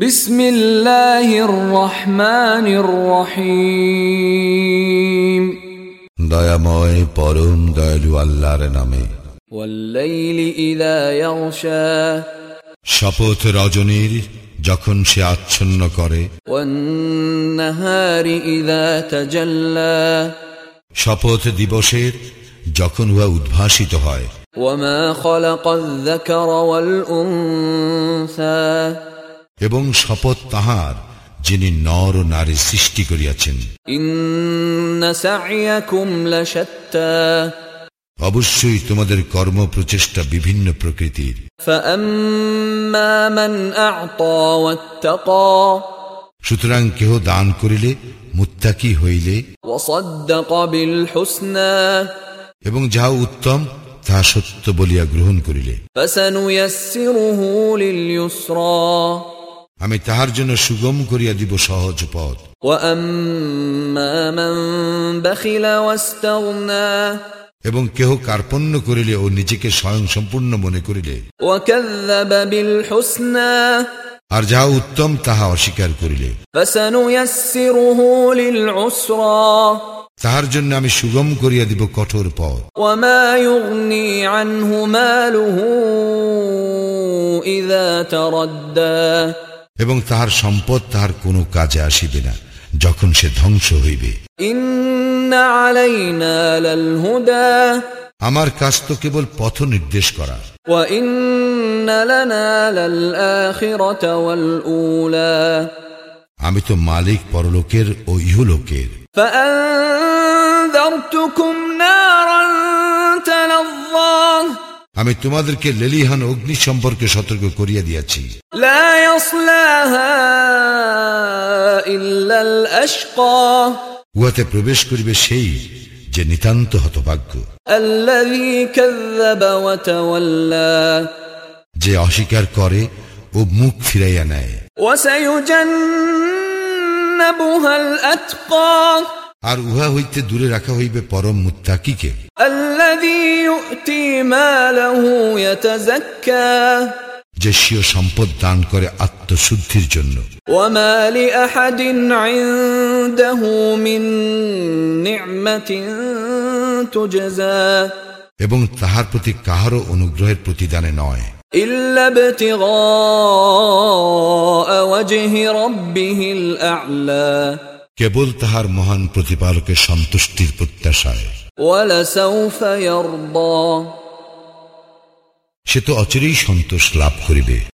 بسم الله الرحمن الرحيم দয়াময় পরম দয়ালু আল্লাহর নামে والليل إذا يغشى শপথ রজনীর যখন সে আচ্ছন্ন করে والنهار إذا تجلى শপথ দিবসের যখন উহা উদ্ভাসিত হয় وما خلق الذكر والأنثى এবং শপথ তাহার যিনি নর ও নারী সৃষ্টি করিয়াছেন إن سعيكم لشتى অবশ্যই তোমাদের কর্ম প্রচেষ্টা বিভিন্ন প্রকৃতির فأما من أعطى واتقى সুতরাং কেহ দান করিলে মুত্তাকি হইলে وصدق بالحسنى এবং যাহা উত্তম তাহা সত্য বলিয়া গ্রহণ করিলে فسنيسره لليسرى আমি তাহার জন্য সুগম করিয়া দিব সহজ পথ واما من بخل واستغنى এবং কেহ কার্পণ্য করিলে ও নিজেকে স্বয়ং সম্পূর্ণ মনে করিলে وكذب بالحسنى আর যাহা উত্তম তাহা অস্বীকার করিলে فسنيسره للعسرى তাহার জন্য আমি সুগম করিয়া দিব কঠোর পথ وما يغني عنه ماله اذا تردى এবং তাহার সম্পদ তাহার কোনো কাজে আসিবে না যখন সে ধ্বংস হইবে ان علينا للهدى আমার কাজ তো কেবল পথ নির্দেশ করা وان لنا للاخره والاولى আমি তো মালিক পরলোকের ও ইহলোকের فأنذرتكم نارا تلظى আমি তোমাদেরকে লেলিহান অগ্নি সম্পর্কে সতর্ক করিয়া দিয়াছি لا يصلاها إلا الأشقى উহাতে প্রবেশ করিবে সেই যে নিতান্ত হতভাগ্য الذي كذب وتولى যে অস্বীকার করে ও মুখ ফিরাইয়া নেয় وسيجنبها الأتقى আর উহা হইতে দূরে রাখা হইবে পরম মুত্তাকিকে الذي يؤتي ماله يتزكى যে স্বীয় সম্পদ দান করে আত্মশুদ্ধির জন্য وما لأحد عنده من نعمة تجزى এবং তাহার প্রতি কাহারও অনুগ্রহের প্রতিদানে নয় إلا ابتغاء وجه ربه الأعلى কেবল তাহার মহান প্রতিপালকের সন্তুষ্টির প্রত্যাশায় ولسوف يرضى সে তো অচিরেই সন্তোষ লাভ করিবে